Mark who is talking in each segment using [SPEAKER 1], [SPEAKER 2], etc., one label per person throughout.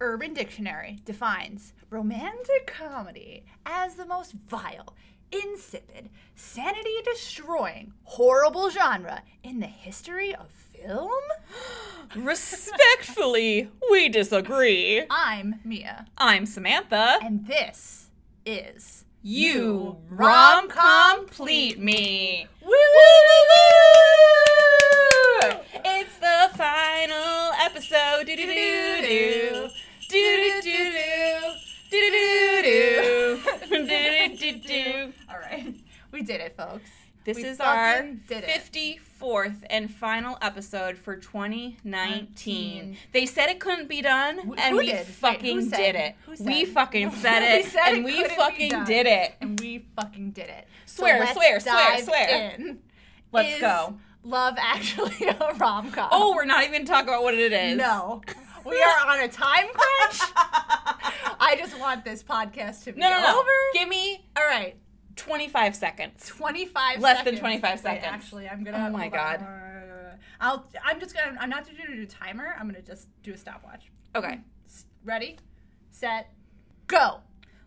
[SPEAKER 1] Urban Dictionary defines romantic comedy as the most vile, insipid, sanity destroying, horrible genre in the history of film?
[SPEAKER 2] Respectfully, we disagree.
[SPEAKER 1] I'm Mia,
[SPEAKER 2] I'm Samantha.
[SPEAKER 1] and this is.
[SPEAKER 2] You
[SPEAKER 1] You
[SPEAKER 2] rom complete
[SPEAKER 1] rom-complete
[SPEAKER 2] me.
[SPEAKER 1] Woo! woo, woo, woo!
[SPEAKER 2] It's the final episode. Do do do do do do do do do do do do.
[SPEAKER 1] All right. We did it, folks.
[SPEAKER 2] This
[SPEAKER 1] We
[SPEAKER 2] is our
[SPEAKER 1] fucking did it.
[SPEAKER 2] 54th and final episode for 2019.
[SPEAKER 1] Nineteen.
[SPEAKER 2] They said it couldn't be done,
[SPEAKER 1] Who-
[SPEAKER 2] and
[SPEAKER 1] who
[SPEAKER 2] we
[SPEAKER 1] did?
[SPEAKER 2] fucking
[SPEAKER 1] Who said?
[SPEAKER 2] did it.
[SPEAKER 1] Who
[SPEAKER 2] We
[SPEAKER 1] said?
[SPEAKER 2] fucking said
[SPEAKER 1] They
[SPEAKER 2] it,
[SPEAKER 1] said
[SPEAKER 2] and
[SPEAKER 1] it
[SPEAKER 2] we
[SPEAKER 1] couldn't be
[SPEAKER 2] fucking
[SPEAKER 1] done.
[SPEAKER 2] did it.
[SPEAKER 1] And we fucking did it. So
[SPEAKER 2] Swear,
[SPEAKER 1] let's
[SPEAKER 2] swear, swear,
[SPEAKER 1] dive
[SPEAKER 2] swear.
[SPEAKER 1] in.
[SPEAKER 2] Let's
[SPEAKER 1] Is
[SPEAKER 2] go.
[SPEAKER 1] Love actually a rom com.
[SPEAKER 2] Oh, we're not even talking about what it is.
[SPEAKER 1] no. We are on a time crunch. I just want this podcast to be
[SPEAKER 2] No, no, no.
[SPEAKER 1] over.
[SPEAKER 2] Give me
[SPEAKER 1] All right.
[SPEAKER 2] 25 seconds.
[SPEAKER 1] 25
[SPEAKER 2] Less
[SPEAKER 1] seconds.
[SPEAKER 2] than 25
[SPEAKER 1] Wait,
[SPEAKER 2] seconds.
[SPEAKER 1] actually, I'm gonna.
[SPEAKER 2] Oh my
[SPEAKER 1] hold
[SPEAKER 2] God.
[SPEAKER 1] on. I'll. I'm just gonna. I'm not gonna do a timer. I'm gonna just do a stopwatch.
[SPEAKER 2] Okay.
[SPEAKER 1] S- Ready, set, go.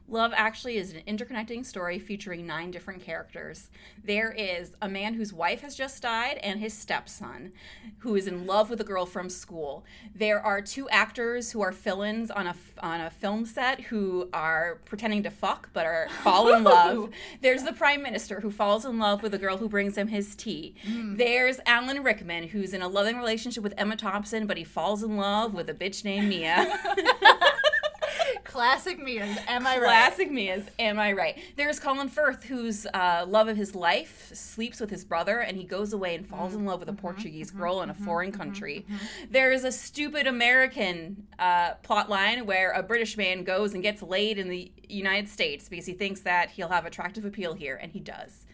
[SPEAKER 2] Love Actually is an interconnecting story featuring nine different characters. There is a man whose wife has just died and his stepson, who is in love with a girl from school. There are two actors who are fill-ins on a on a film set who are pretending to fuck but are fall in love. There's the prime minister who falls in love with a girl who brings him his tea. There's Alan Rickman who's in a loving relationship with Emma Thompson but he falls in love with a bitch named Mia.
[SPEAKER 1] Classic me. Am I right?
[SPEAKER 2] Classic me is am I right? There's Colin Firth, whose uh, love of his life sleeps with his brother, and he goes away and falls in love with a
[SPEAKER 1] Mm-hmm.
[SPEAKER 2] Portuguese girl in a foreign country. There is a stupid American uh, plot line where a British man goes and gets laid in the United States because he thinks that he'll have attractive appeal here, and he does.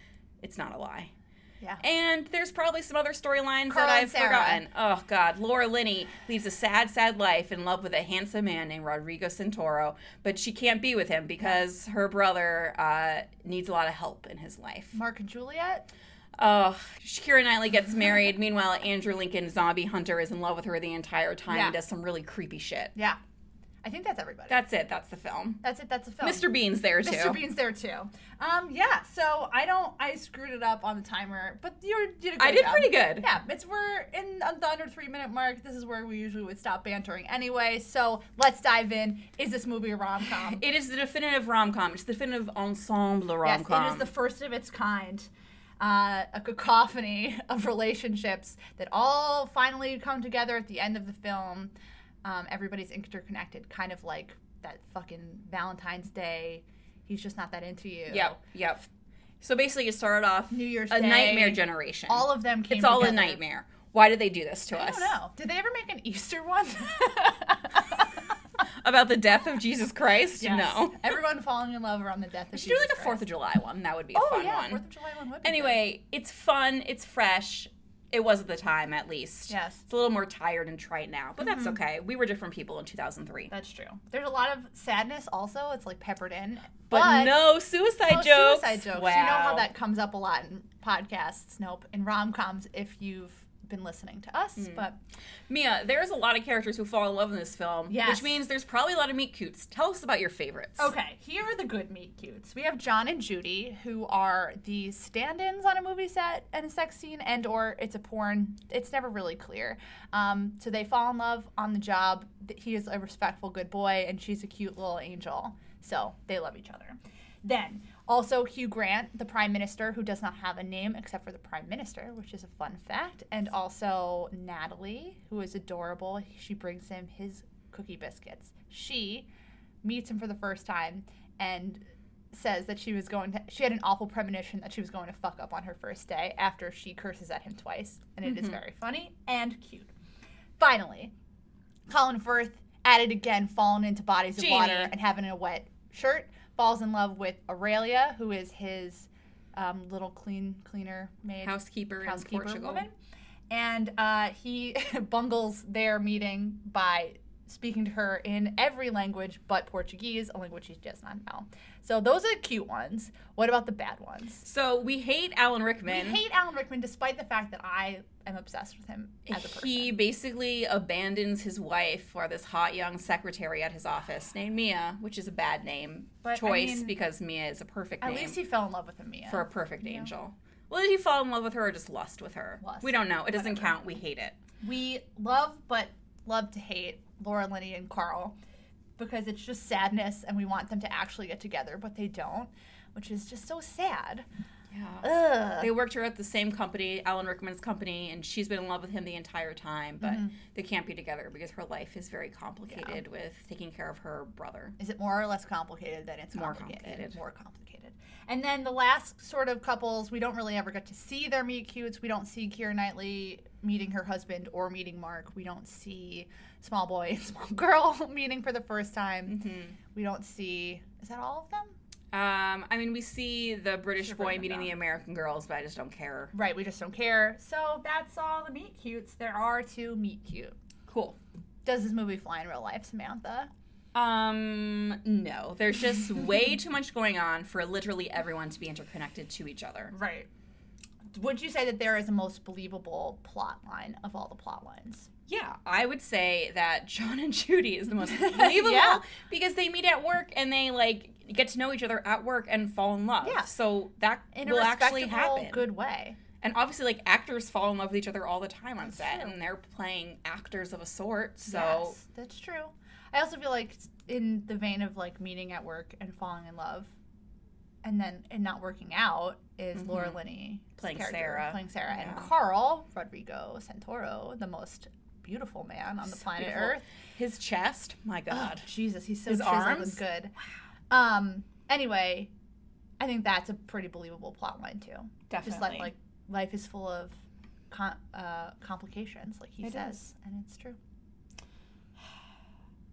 [SPEAKER 2] It's not a lie.
[SPEAKER 1] Yeah.
[SPEAKER 2] And there's probably some other storylines
[SPEAKER 1] Carl
[SPEAKER 2] that
[SPEAKER 1] and
[SPEAKER 2] I've
[SPEAKER 1] Sarah.
[SPEAKER 2] forgotten. Oh God, Laura Linney leads a sad, sad life in love with a handsome man named Rodrigo Santoro, but she can't be with him because her brother uh, needs a lot of help in his life.
[SPEAKER 1] Mark and Juliet.
[SPEAKER 2] Oh, Shakira Knightley gets married. Meanwhile, Andrew Lincoln, zombie hunter, is in love with her the entire time
[SPEAKER 1] Yeah.
[SPEAKER 2] and does some really creepy shit.
[SPEAKER 1] Yeah. I think that's everybody.
[SPEAKER 2] That's it. That's the film.
[SPEAKER 1] that's it. That's a film.
[SPEAKER 2] Mr. Bean's there too.
[SPEAKER 1] Mr. Bean's there too. Um, yeah. So I don't. I screwed it up on the timer, but you did a good
[SPEAKER 2] I did
[SPEAKER 1] job.
[SPEAKER 2] pretty good.
[SPEAKER 1] Yeah, it's we're in on the under three minute mark. This is where we usually would stop bantering anyway. So let's dive in. Is this movie a rom com?
[SPEAKER 2] It is the definitive rom com. It's the definitive ensemble
[SPEAKER 1] Yes,
[SPEAKER 2] rom com.
[SPEAKER 1] it is the first of its kind. Uh, a cacophony of relationships that all finally come together at the end of the film. Um, everybody's interconnected, kind of like that fucking Valentine's Day. He's just not that into you.
[SPEAKER 2] Yep, yep. So basically, it started off
[SPEAKER 1] New Year's
[SPEAKER 2] a
[SPEAKER 1] Day.
[SPEAKER 2] nightmare generation.
[SPEAKER 1] All of them came
[SPEAKER 2] it's all a
[SPEAKER 1] together.
[SPEAKER 2] nightmare. Why did they do this to
[SPEAKER 1] I
[SPEAKER 2] us?
[SPEAKER 1] don't know. Did they ever make an Easter one?
[SPEAKER 2] About the death of Jesus Christ?
[SPEAKER 1] Yes.
[SPEAKER 2] No.
[SPEAKER 1] Everyone falling in love around the death of
[SPEAKER 2] We should do
[SPEAKER 1] Jesus
[SPEAKER 2] like a Fourth
[SPEAKER 1] Christ.
[SPEAKER 2] of July one. That would be a
[SPEAKER 1] Oh
[SPEAKER 2] fun
[SPEAKER 1] yeah,
[SPEAKER 2] one.
[SPEAKER 1] Fourth of July one. Would be
[SPEAKER 2] anyway, it's fun. It's fresh. It was at the time, at least.
[SPEAKER 1] Yes. Mm-hmm.
[SPEAKER 2] It's a little more tired and trite now, but that's okay. We were different people in 2003.
[SPEAKER 1] good. that's true. There's a lot of sadness also. It's like peppered in,
[SPEAKER 2] But, no suicide
[SPEAKER 1] no
[SPEAKER 2] jokes.
[SPEAKER 1] suicide jokes.
[SPEAKER 2] Wow.
[SPEAKER 1] You know how that comes up a lot in podcasts. Nope, in rom coms if you've been listening to us.
[SPEAKER 2] Hmm.
[SPEAKER 1] But
[SPEAKER 2] Mia, there's a lot of characters who fall in love in this film,
[SPEAKER 1] Yes.
[SPEAKER 2] which means there's probably a lot of meet cutes. Tell us about your favorites.
[SPEAKER 1] okay, here are the good meet cutes. We have John and Judy who are the stand-ins on a movie set and a sex scene, and or it's a porn. It's never really clear. Um, so they fall in love on the job. Th- He is a respectful good boy, and she's a cute little angel. So they love each other. Then also Hugh Grant, the prime minister, who does not have a name except for the prime minister, which is a fun fact. And also Natalie, who is adorable. She brings him his cookie biscuits. She meets him for the first time and says that she was going to she had an awful premonition that she was going to fuck up on her first day after she curses at him twice and it is very funny and cute finally colin firth at it again falling into bodies
[SPEAKER 2] Genie.
[SPEAKER 1] of water and having a wet shirt falls in love with aurelia who is his um, little clean cleaner maid
[SPEAKER 2] housekeeper, in
[SPEAKER 1] housekeeper
[SPEAKER 2] Portugal.
[SPEAKER 1] woman. And uh, he bungles their meeting by speaking to her in every language but Portuguese, a language she does not know. So those are the cute ones. What about the bad ones?
[SPEAKER 2] So we hate Alan Rickman.
[SPEAKER 1] I hate Alan Rickman despite the fact that I am obsessed with him as a person.
[SPEAKER 2] he basically abandons his wife for this hot young secretary at his office named Mia, which is a bad name
[SPEAKER 1] But, I
[SPEAKER 2] choice
[SPEAKER 1] mean,
[SPEAKER 2] because Mia is a perfect
[SPEAKER 1] At
[SPEAKER 2] name
[SPEAKER 1] least he fell in love with Amia.
[SPEAKER 2] for a perfect
[SPEAKER 1] Yeah.
[SPEAKER 2] angel. Well, did he fall in love with her or just lust with her?
[SPEAKER 1] Lust.
[SPEAKER 2] We don't know. It doesn't
[SPEAKER 1] Whatever.
[SPEAKER 2] count. We hate it.
[SPEAKER 1] we love but love to hate Laura Linney and Carl because it's just sadness and we want them to actually get together, but they don't, which is just so sad.
[SPEAKER 2] Yeah.
[SPEAKER 1] Ugh.
[SPEAKER 2] They worked her at the same company, Alan Rickman's company, and she's been in love with him the entire time, but
[SPEAKER 1] Mm-hmm.
[SPEAKER 2] they can't be together because her life is very complicated with taking care of her brother.
[SPEAKER 1] Is it more or less complicated than it's
[SPEAKER 2] More
[SPEAKER 1] complicated?
[SPEAKER 2] complicated.
[SPEAKER 1] More complicated. And then the last sort of couples, we don't really ever get to see their meet cutes. We don't see Keira Knightley meeting her husband or meeting Mark. We don't see small boy and small girl meeting for the first time.
[SPEAKER 2] Mm-hmm.
[SPEAKER 1] We don't see. Is that all of them?
[SPEAKER 2] Um, I mean, we see the British
[SPEAKER 1] Should
[SPEAKER 2] boy
[SPEAKER 1] write them
[SPEAKER 2] meeting the
[SPEAKER 1] down.
[SPEAKER 2] American girls, but I just don't care.
[SPEAKER 1] Right, we just don't care. So that's all the meet cutes. There are two meet cute.
[SPEAKER 2] Cool.
[SPEAKER 1] Does this movie fly in real life, Samantha?
[SPEAKER 2] Um, no. There's just way too much going on for literally everyone to be interconnected to each other.
[SPEAKER 1] Right. Would you say that there is the most believable plot line of all the plot lines?
[SPEAKER 2] Yeah, I would say that John and Judy is the most believable
[SPEAKER 1] Yeah.
[SPEAKER 2] because they meet at work and they like get to know each other at work and fall in love.
[SPEAKER 1] Yeah.
[SPEAKER 2] So that
[SPEAKER 1] In
[SPEAKER 2] will
[SPEAKER 1] a
[SPEAKER 2] actually
[SPEAKER 1] respectable,
[SPEAKER 2] happen.
[SPEAKER 1] good way.
[SPEAKER 2] And obviously like actors fall in love with each other all the time on set
[SPEAKER 1] true.
[SPEAKER 2] and they're playing actors of a sort. So
[SPEAKER 1] yes, that's true. I also feel like it's in the vein of like meeting at work and falling in love, and then and not working out is Laura Linney
[SPEAKER 2] Mm-hmm. Playing Sarah.
[SPEAKER 1] playing Sarah,
[SPEAKER 2] Yeah.
[SPEAKER 1] and Carl Rodrigo Santoro, the most beautiful man on the planet
[SPEAKER 2] beautiful.
[SPEAKER 1] Earth.
[SPEAKER 2] his chest, my god.
[SPEAKER 1] Oh, Jesus, he's so
[SPEAKER 2] His
[SPEAKER 1] chiseled
[SPEAKER 2] arms?
[SPEAKER 1] and good. Um. Anyway, I think that's a pretty believable plot line too. Just
[SPEAKER 2] Definitely.
[SPEAKER 1] like like life is full of com- uh, complications, like he
[SPEAKER 2] It
[SPEAKER 1] says,
[SPEAKER 2] is.
[SPEAKER 1] and it's true.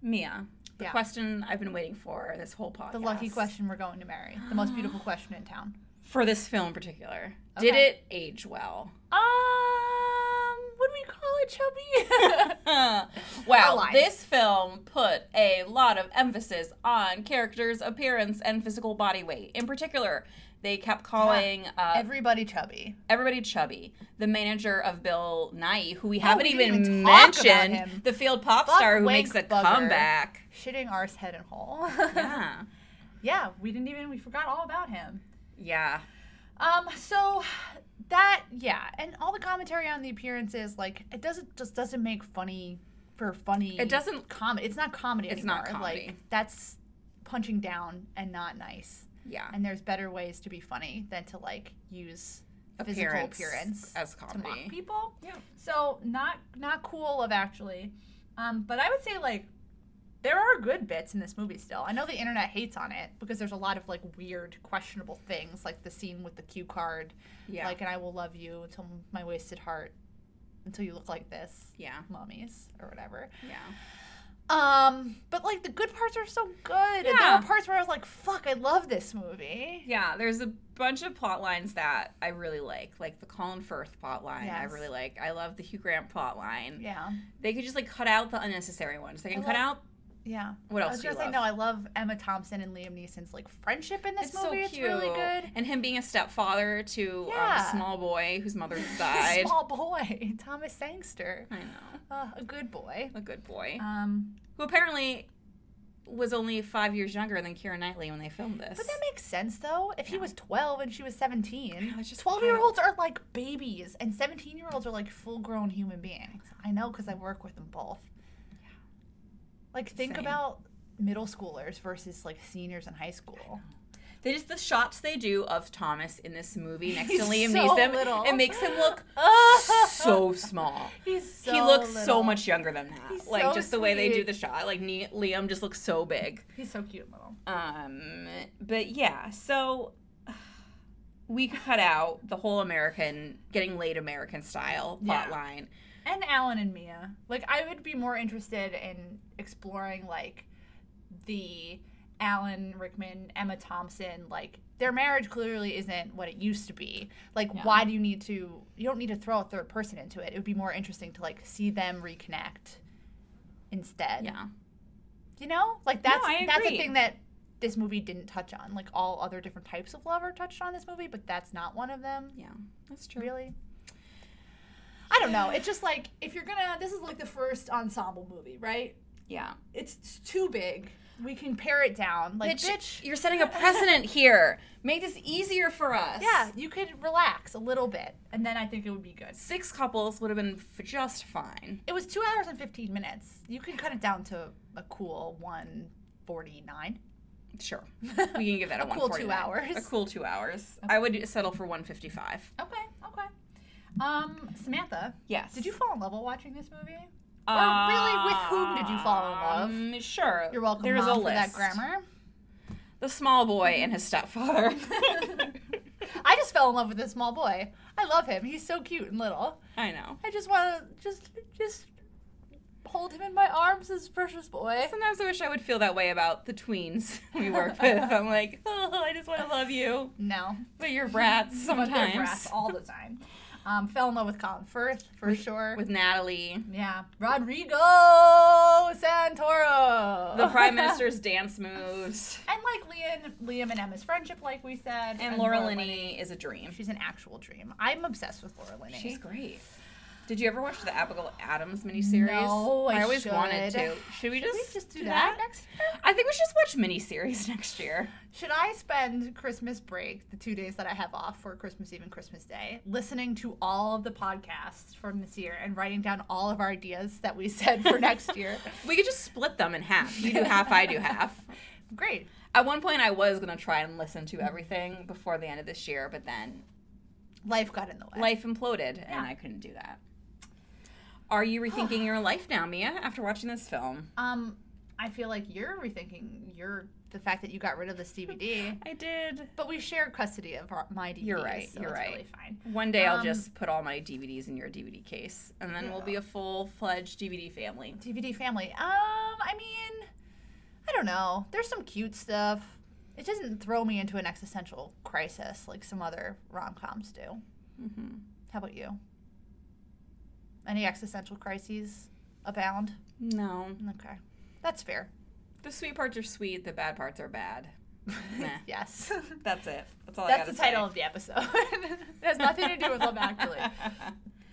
[SPEAKER 2] Mia. The
[SPEAKER 1] Yeah.
[SPEAKER 2] question I've been waiting for this whole podcast.
[SPEAKER 1] The lucky question we're going to marry. The most beautiful question in town.
[SPEAKER 2] For this film in particular. Did
[SPEAKER 1] Okay.
[SPEAKER 2] it age well?
[SPEAKER 1] Um, what do we call it, Chubby?
[SPEAKER 2] wow,
[SPEAKER 1] life.
[SPEAKER 2] this film put a lot of emphasis on characters' appearance and physical body weight. In particular, they kept calling uh,
[SPEAKER 1] Everybody chubby.
[SPEAKER 2] everybody chubby. The manager of Bill Nye, who we haven't
[SPEAKER 1] Oh, we
[SPEAKER 2] even,
[SPEAKER 1] didn't even talk about
[SPEAKER 2] mentioned,
[SPEAKER 1] him.
[SPEAKER 2] the field pop star who
[SPEAKER 1] Wig
[SPEAKER 2] makes a
[SPEAKER 1] Bugger.
[SPEAKER 2] comeback.
[SPEAKER 1] Shitting arse head and hole.
[SPEAKER 2] Yeah.
[SPEAKER 1] yeah, we didn't even, we forgot all about him.
[SPEAKER 2] Yeah.
[SPEAKER 1] Um, so that yeah, and all the commentary on the appearances, like it doesn't just doesn't make funny for funny.
[SPEAKER 2] It doesn't-
[SPEAKER 1] comedy. It's not comedy.
[SPEAKER 2] It's
[SPEAKER 1] anymore.
[SPEAKER 2] not comedy.
[SPEAKER 1] Like that's punching down and not nice.
[SPEAKER 2] Yeah.
[SPEAKER 1] And there's better ways to be funny than to like use physical appearance
[SPEAKER 2] as
[SPEAKER 1] to mock
[SPEAKER 2] comedy.
[SPEAKER 1] people.
[SPEAKER 2] Yeah.
[SPEAKER 1] So not not cool of actually, um, but I would say like there are good bits in this movie still. I know the internet hates on it because there's a lot of like weird, questionable things, like the scene with the cue card,
[SPEAKER 2] Yeah.
[SPEAKER 1] like "and I will love you until my wasted heart, until you look like this,
[SPEAKER 2] yeah.
[SPEAKER 1] mummies or whatever."
[SPEAKER 2] Yeah.
[SPEAKER 1] Um, but like the good parts are so good. And there
[SPEAKER 2] Yeah.
[SPEAKER 1] were parts where I was like, "Fuck, I love this movie."
[SPEAKER 2] Yeah, there's a bunch of plot lines that I really like, like the Colin Firth plot line. I
[SPEAKER 1] Yes.
[SPEAKER 2] really like. I love the Hugh Grant plot line.
[SPEAKER 1] Yeah,
[SPEAKER 2] They could just like cut out the unnecessary ones. They can
[SPEAKER 1] I
[SPEAKER 2] cut
[SPEAKER 1] love-
[SPEAKER 2] out
[SPEAKER 1] yeah.
[SPEAKER 2] what
[SPEAKER 1] I
[SPEAKER 2] else?
[SPEAKER 1] was
[SPEAKER 2] do you
[SPEAKER 1] gonna say
[SPEAKER 2] love?
[SPEAKER 1] no. I love Emma Thompson and Liam Neeson's like friendship in this movie. It's really good.
[SPEAKER 2] And him being a stepfather to um,
[SPEAKER 1] Yeah.
[SPEAKER 2] a small boy whose mother's died.
[SPEAKER 1] Small boy, Thomas Sangster,
[SPEAKER 2] I know,
[SPEAKER 1] uh, a good boy.
[SPEAKER 2] a good boy
[SPEAKER 1] Um,
[SPEAKER 2] who apparently was only five years younger than Kira Knightley when they filmed this.
[SPEAKER 1] but that makes sense though. If he was twelve and she was seventeen,
[SPEAKER 2] I know, it's just
[SPEAKER 1] twelve-year-olds are like babies, and seventeen-year-olds are like full-grown human beings. I know because I work with them both. Like think
[SPEAKER 2] Same.
[SPEAKER 1] about middle schoolers versus like seniors in high school.
[SPEAKER 2] They just the shots they do of Thomas in this movie next to
[SPEAKER 1] He's
[SPEAKER 2] Liam
[SPEAKER 1] so
[SPEAKER 2] Neeson.
[SPEAKER 1] little.
[SPEAKER 2] It makes him look so small.
[SPEAKER 1] He's so
[SPEAKER 2] he looks so
[SPEAKER 1] little.
[SPEAKER 2] much younger than that.
[SPEAKER 1] He's
[SPEAKER 2] like
[SPEAKER 1] so
[SPEAKER 2] just the way they do
[SPEAKER 1] sweet.
[SPEAKER 2] the shot. Like Ne- Liam just looks so big.
[SPEAKER 1] He's so cute, and little.
[SPEAKER 2] Um, but yeah, so we could cut out the whole American getting laid American style plot
[SPEAKER 1] Yeah.
[SPEAKER 2] line.
[SPEAKER 1] and Alan and Mia. Like I would be more interested in exploring like the Alan Rickman, Emma Thompson, like their marriage clearly isn't what it used to be. Like
[SPEAKER 2] Yeah.
[SPEAKER 1] why do you need to you don't need to throw a third person into it. It would be more interesting to like see them reconnect instead.
[SPEAKER 2] Yeah.
[SPEAKER 1] You know, like that's
[SPEAKER 2] I
[SPEAKER 1] that's a
[SPEAKER 2] agree.
[SPEAKER 1] thing that this movie didn't touch on. Like all other different types of love are touched on this movie, but that's not one of them.
[SPEAKER 2] Yeah. That's true.
[SPEAKER 1] Really? I don't know. It's just like if you're gonna this is like the first ensemble movie, right?
[SPEAKER 2] Yeah.
[SPEAKER 1] It's, it's too big. We can pare it down. Like
[SPEAKER 2] bitch,
[SPEAKER 1] bitch,
[SPEAKER 2] you're setting a precedent here. Make this easier for us.
[SPEAKER 1] yeah, you could relax a little bit and then I think it would be good.
[SPEAKER 2] Six couples would have been f- just fine.
[SPEAKER 1] It was 2 hours and 15 minutes. You can cut it down to a cool 149.
[SPEAKER 2] Sure. We can give that a,
[SPEAKER 1] A cool
[SPEAKER 2] 149.
[SPEAKER 1] two hours.
[SPEAKER 2] A cool two hours. I would settle for 155.
[SPEAKER 1] Okay, okay. Um, Samantha,
[SPEAKER 2] Yes.
[SPEAKER 1] did you fall in love while watching this movie? or really,
[SPEAKER 2] Ah.
[SPEAKER 1] with whom did you fall in love?
[SPEAKER 2] Uh, Um, sure.
[SPEAKER 1] You're welcome
[SPEAKER 2] There's
[SPEAKER 1] Mom,
[SPEAKER 2] a
[SPEAKER 1] for
[SPEAKER 2] list.
[SPEAKER 1] that grammar. Mm-hmm.
[SPEAKER 2] The small boy and his stepfather.
[SPEAKER 1] I just fell in love with this small boy. I love him. He's so cute and little.
[SPEAKER 2] I know.
[SPEAKER 1] I just want to just just hold him in my arms, this precious boy.
[SPEAKER 2] Sometimes I wish I would feel that way about the tweens we work with. I'm like, oh, I just want to love you,
[SPEAKER 1] No,
[SPEAKER 2] but you're brats
[SPEAKER 1] But they're
[SPEAKER 2] sometimes.
[SPEAKER 1] brats all the time. Um, fell in love with Colin Firth for sure.
[SPEAKER 2] With Natalie,
[SPEAKER 1] yeah, Rodrigo Santoro,
[SPEAKER 2] the prime minister's dance moves,
[SPEAKER 1] and like Liam, Liam and Emma's friendship, like we said,
[SPEAKER 2] and Laura Linney is a dream.
[SPEAKER 1] She's an actual dream. I'm obsessed with Laura Linney.
[SPEAKER 2] She's great. Did you ever watch the Abigail Adams miniseries?
[SPEAKER 1] No, I
[SPEAKER 2] always wanted
[SPEAKER 1] should.
[SPEAKER 2] to. Should we just,
[SPEAKER 1] Should we just do that next year?
[SPEAKER 2] I think we should just watch miniseries next year.
[SPEAKER 1] Should I spend Christmas break, the two days that I have off for Christmas Eve and Christmas Day, listening to all of the podcasts from this year and writing down all of our ideas that we said for next year?
[SPEAKER 2] We could just split them in half. You do half, I do half.
[SPEAKER 1] Great.
[SPEAKER 2] At one point, I was gonna try and listen to everything before the end of this year, but then
[SPEAKER 1] Life got in the way.
[SPEAKER 2] life imploded
[SPEAKER 1] Yeah.
[SPEAKER 2] and I couldn't do that. Are you rethinking your life now, Mia, after watching this film?
[SPEAKER 1] Um, I feel like you're rethinking your the fact that you got rid of this DVD,
[SPEAKER 2] I did.
[SPEAKER 1] but we share custody of our, my DVDs.
[SPEAKER 2] You're right,
[SPEAKER 1] so
[SPEAKER 2] you're
[SPEAKER 1] it's
[SPEAKER 2] right.
[SPEAKER 1] Really fine.
[SPEAKER 2] One day I'll
[SPEAKER 1] Um,
[SPEAKER 2] just put all my DVDs in your DVD case and then we'll be a full fledged DVD family.
[SPEAKER 1] DVD family. Um, I mean, I don't know. There's some cute stuff. It doesn't throw me into an existential crisis like some other rom coms do.
[SPEAKER 2] Mm-hmm.
[SPEAKER 1] How about you? Any existential crises abound?
[SPEAKER 2] No.
[SPEAKER 1] Okay, that's fair.
[SPEAKER 2] The sweet parts are sweet, the bad parts are bad. Meh.
[SPEAKER 1] Yes,
[SPEAKER 2] That's it. That's all
[SPEAKER 1] that's
[SPEAKER 2] I
[SPEAKER 1] the
[SPEAKER 2] got
[SPEAKER 1] title of the episode. it has nothing to do with love, actually.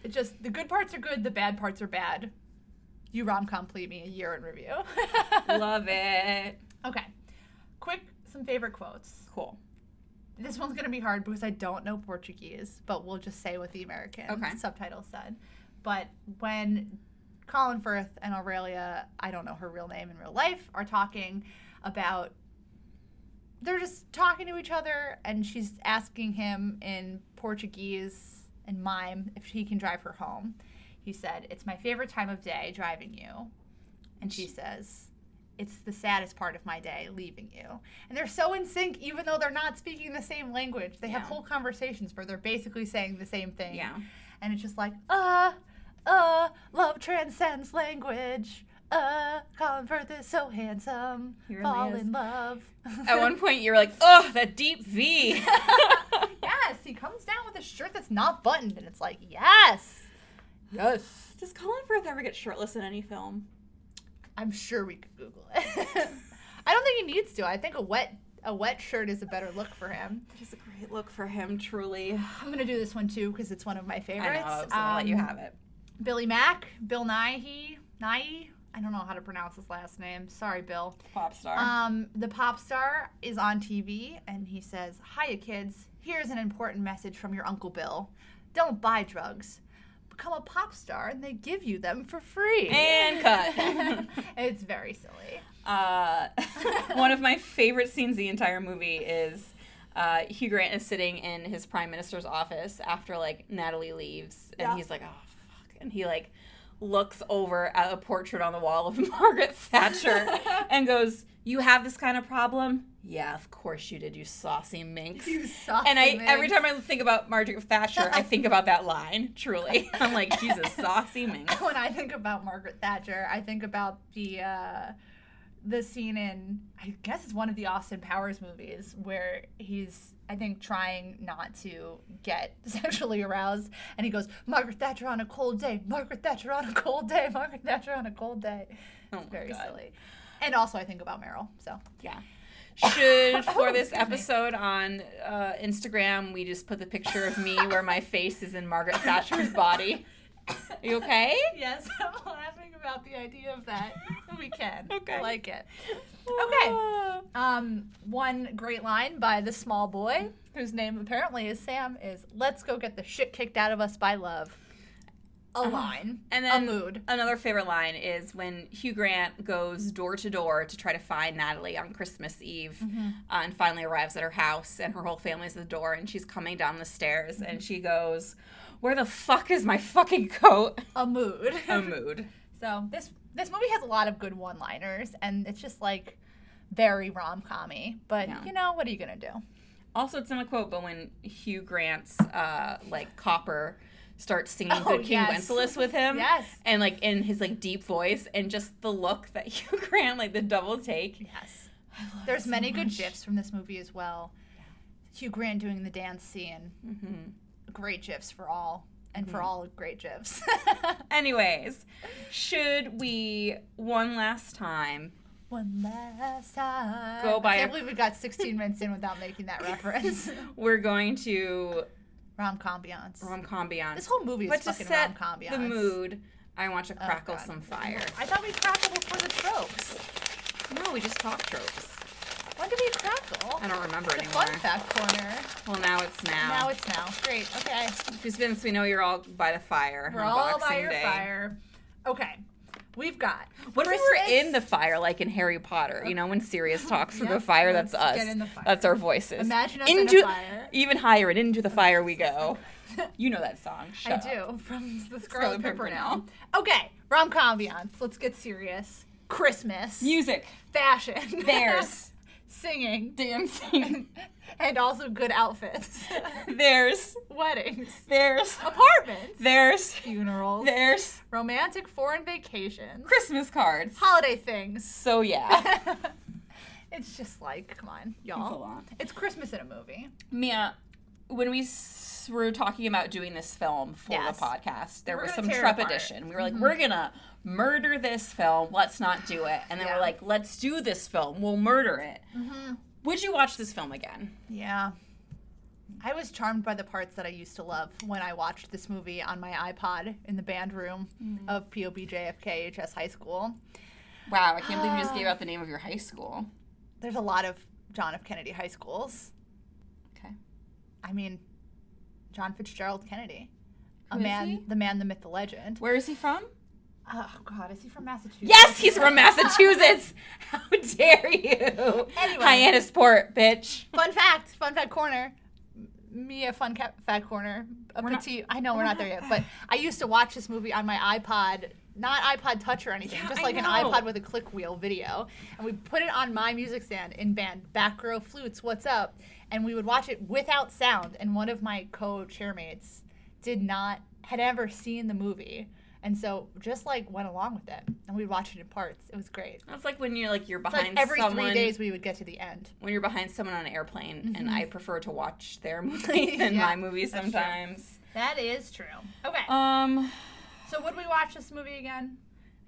[SPEAKER 1] It just the good parts are good, the bad parts are bad. You rom com pleat me a year in review.
[SPEAKER 2] Love it.
[SPEAKER 1] okay, quick some favorite quotes.
[SPEAKER 2] Cool.
[SPEAKER 1] This one's gonna be hard because I don't know Portuguese, but we'll just say what the American
[SPEAKER 2] Okay.
[SPEAKER 1] subtitle said. But when Colin Firth and Aurelia, I don't know her real name in real life, are talking about they're just talking to each other and she's asking him in Portuguese and mime if he can drive her home. He said, It's my favorite time of day driving you. And she says, It's the saddest part of my day leaving you. And they're so in sync, even though they're not speaking the same language. They have
[SPEAKER 2] Yeah.
[SPEAKER 1] whole conversations where they're basically saying the same thing.
[SPEAKER 2] Yeah.
[SPEAKER 1] And it's just like, uh, uh, love transcends language. Uh, Colin Firth is so handsome.
[SPEAKER 2] He really
[SPEAKER 1] Fall
[SPEAKER 2] is.
[SPEAKER 1] in love.
[SPEAKER 2] At one point, you were like, oh, that deep V.
[SPEAKER 1] yes, he comes down with a shirt that's not buttoned, and it's like, yes, yes.
[SPEAKER 2] Does Colin Firth ever get shirtless in any film?
[SPEAKER 1] I'm sure we could Google it. I don't think he needs to. I think a wet a wet shirt is a better look for him.
[SPEAKER 2] It is a great look for him, truly.
[SPEAKER 1] I'm gonna do this one too because it's one of my
[SPEAKER 2] I know,
[SPEAKER 1] favorites.
[SPEAKER 2] I was gonna let you
[SPEAKER 1] Um,
[SPEAKER 2] have it.
[SPEAKER 1] Billy Mack, Bill Nighy, Nighy. I don't know how to pronounce his last name. Sorry, Bill.
[SPEAKER 2] Pop star.
[SPEAKER 1] Um, the pop star is on TV and he says, Hiya, kids. Here's an important message from your Uncle Bill. Don't buy drugs. Become a pop star and they give you them for free.
[SPEAKER 2] And cut.
[SPEAKER 1] it's very silly.
[SPEAKER 2] uh, one of my favorite scenes the entire movie is uh, Hugh Grant is sitting in his prime minister's office after like Natalie leaves, and
[SPEAKER 1] Yeah.
[SPEAKER 2] he's like, "Oh fuck," and he like looks over at a portrait on the wall of Margaret Thatcher and goes, "You have this kind of problem." Yeah, of course you did, you saucy minx.
[SPEAKER 1] You saucy
[SPEAKER 2] and I every
[SPEAKER 1] minx.
[SPEAKER 2] time I think about Margaret Thatcher, I think about that line. Truly, I'm like, Jesus, saucy minx.
[SPEAKER 1] When I think about Margaret Thatcher, I think about the uh, the scene in I guess it's one of the Austin Powers movies where he's I think trying not to get sexually aroused and he goes Margaret Thatcher on a cold day, Margaret Thatcher on a cold day, Margaret Thatcher on a cold day.
[SPEAKER 2] Oh my
[SPEAKER 1] Very
[SPEAKER 2] God.
[SPEAKER 1] silly. And also, I think about Meryl. So
[SPEAKER 2] Yeah. Should for
[SPEAKER 1] Oh,
[SPEAKER 2] this
[SPEAKER 1] excuse me.
[SPEAKER 2] episode on uh, Instagram, we just put the picture of me where my face is in Margaret Thatcher's body. You okay?
[SPEAKER 1] yes, I'm laughing about the idea of that. We can.
[SPEAKER 2] Okay.
[SPEAKER 1] I like it. Okay. Um, one great line by the small boy, whose name apparently is Sam, is "Let's go get the shit kicked out of us by love." A line
[SPEAKER 2] Uh-huh. And then
[SPEAKER 1] a mood.
[SPEAKER 2] Another favorite line is when Hugh Grant goes door to door to try to find Natalie on Christmas Eve uh, and finally arrives at her house and her whole family's at the door and she's coming down the stairs and she goes, Where the fuck is my fucking coat?
[SPEAKER 1] A mood.
[SPEAKER 2] A mood.
[SPEAKER 1] so this this movie has a lot of good one-liners, and it's just like very rom-commy. But
[SPEAKER 2] Yeah. Oh,
[SPEAKER 1] you know what are you gonna do?
[SPEAKER 2] Also, it's not a quote, but when Hugh Grant's uh, like copper starts singing
[SPEAKER 1] Oh,
[SPEAKER 2] the King
[SPEAKER 1] yes.
[SPEAKER 2] Wenceslas with him,
[SPEAKER 1] Yes.
[SPEAKER 2] and like in his like deep voice, and just the look that Hugh Grant like the double take.
[SPEAKER 1] Yes. There's many good gifs from this movie as well. Hugh Grant doing the dance scene.
[SPEAKER 2] Mm-hmm.
[SPEAKER 1] Great gifs for all, and for all great gifs.
[SPEAKER 2] Anyways, should we one last time?
[SPEAKER 1] One last time.
[SPEAKER 2] Go by
[SPEAKER 1] I
[SPEAKER 2] a-
[SPEAKER 1] can't believe we got 16 minutes in without making that reference.
[SPEAKER 2] We're going to
[SPEAKER 1] rom com beyonds.
[SPEAKER 2] rom com beyond.
[SPEAKER 1] This whole movie is
[SPEAKER 2] but to
[SPEAKER 1] fucking
[SPEAKER 2] set
[SPEAKER 1] rom com beyonds. Oh,
[SPEAKER 2] the mood, I want to crackle
[SPEAKER 1] God.
[SPEAKER 2] some fire.
[SPEAKER 1] I thought we crackled before the tropes.
[SPEAKER 2] No, we just talk tropes.
[SPEAKER 1] When did we crackle?
[SPEAKER 2] I don't remember
[SPEAKER 1] the
[SPEAKER 2] anymore.
[SPEAKER 1] fun fact corner.
[SPEAKER 2] Well, now it's now.
[SPEAKER 1] Now it's now. Great. Okay.
[SPEAKER 2] Because Vince, we know you're all by the fire.
[SPEAKER 1] We're
[SPEAKER 2] on
[SPEAKER 1] all by
[SPEAKER 2] Boxing
[SPEAKER 1] your
[SPEAKER 2] Day.
[SPEAKER 1] fire. Okay. We've got.
[SPEAKER 2] What if we
[SPEAKER 1] Christmas-
[SPEAKER 2] were in the fire, like in Harry Potter? You know, when Sirius talks through the
[SPEAKER 1] Yep,
[SPEAKER 2] fire,
[SPEAKER 1] let's
[SPEAKER 2] that's us.
[SPEAKER 1] get in the fire.
[SPEAKER 2] That's our voices.
[SPEAKER 1] Imagine us in a
[SPEAKER 2] into,
[SPEAKER 1] fire. Oh,
[SPEAKER 2] Even higher, and into the fire we go. You know that song. Shut
[SPEAKER 1] I
[SPEAKER 2] up.
[SPEAKER 1] do from the Scarlet
[SPEAKER 2] Pimpernel.
[SPEAKER 1] Pimpernel. Okay, rom com beyonds. Let's get serious. Christmas,
[SPEAKER 2] Music,
[SPEAKER 1] fashion,
[SPEAKER 2] theirs,
[SPEAKER 1] singing,
[SPEAKER 2] dancing,
[SPEAKER 1] and also good outfits,
[SPEAKER 2] theirs,
[SPEAKER 1] weddings,
[SPEAKER 2] theirs,
[SPEAKER 1] apartments,
[SPEAKER 2] theirs,
[SPEAKER 1] funerals,
[SPEAKER 2] theirs,
[SPEAKER 1] romantic foreign vacations,
[SPEAKER 2] Christmas cards.
[SPEAKER 1] holiday things.
[SPEAKER 2] So yeah,
[SPEAKER 1] It's just like, come on,
[SPEAKER 2] That's a
[SPEAKER 1] y'all.
[SPEAKER 2] lot.
[SPEAKER 1] It's Christmas in a movie.
[SPEAKER 2] Mia, when we s- were talking about doing this film for
[SPEAKER 1] Yes.
[SPEAKER 2] the podcast, there
[SPEAKER 1] We're
[SPEAKER 2] was some
[SPEAKER 1] gonna tear it apart. Mm-hmm.
[SPEAKER 2] trepidation. We were like, we're gonna murder this film. Let's not do it. And then
[SPEAKER 1] Yeah. Mm-hmm.
[SPEAKER 2] we're like, let's do this film. We'll murder it. Would you watch this film again?
[SPEAKER 1] Yeah. I was charmed by the parts that I used to love when I watched this movie on my iPod in the band room of POBJFK HS High School.
[SPEAKER 2] Wow, I can't believe you just
[SPEAKER 1] Uh.
[SPEAKER 2] gave out the name of your high school.
[SPEAKER 1] There's a lot of John F. Kennedy high schools.
[SPEAKER 2] Okay.
[SPEAKER 1] I mean, John Fitzgerald Kennedy. A
[SPEAKER 2] Who is
[SPEAKER 1] man,
[SPEAKER 2] he?
[SPEAKER 1] the man, the myth, the legend.
[SPEAKER 2] Where is he from?
[SPEAKER 1] Oh God, is he from Massachusetts?
[SPEAKER 2] Yes, he's from Massachusetts. How dare you?
[SPEAKER 1] Anyway.
[SPEAKER 2] Hyannisport, bitch.
[SPEAKER 1] Fun fact, fun fact corner. Mia fun ca- fact corner. A
[SPEAKER 2] not-
[SPEAKER 1] petite. I know we're not there yet, but I used to watch this movie on my iPod, not iPod Touch or anything,
[SPEAKER 2] Yeah,
[SPEAKER 1] just
[SPEAKER 2] I
[SPEAKER 1] like an
[SPEAKER 2] know.
[SPEAKER 1] iPod with a click wheel video, and we put it on my music stand in band back row flutes. What's up? And we would watch it without sound. And one of my co-chairmates did not had ever seen the movie, and so just like went along with it, and we'd watch it in parts. It was great.
[SPEAKER 2] That's like when you're like you're
[SPEAKER 1] It's
[SPEAKER 2] behind
[SPEAKER 1] like every
[SPEAKER 2] someone.
[SPEAKER 1] three days we would get to the end.
[SPEAKER 2] when you're behind someone on an airplane, and I prefer to watch their movie than
[SPEAKER 1] Mm-hmm. Yeah,
[SPEAKER 2] my movie
[SPEAKER 1] that's true.
[SPEAKER 2] sometimes.
[SPEAKER 1] That is true. Okay.
[SPEAKER 2] Um,
[SPEAKER 1] So would we watch this movie again?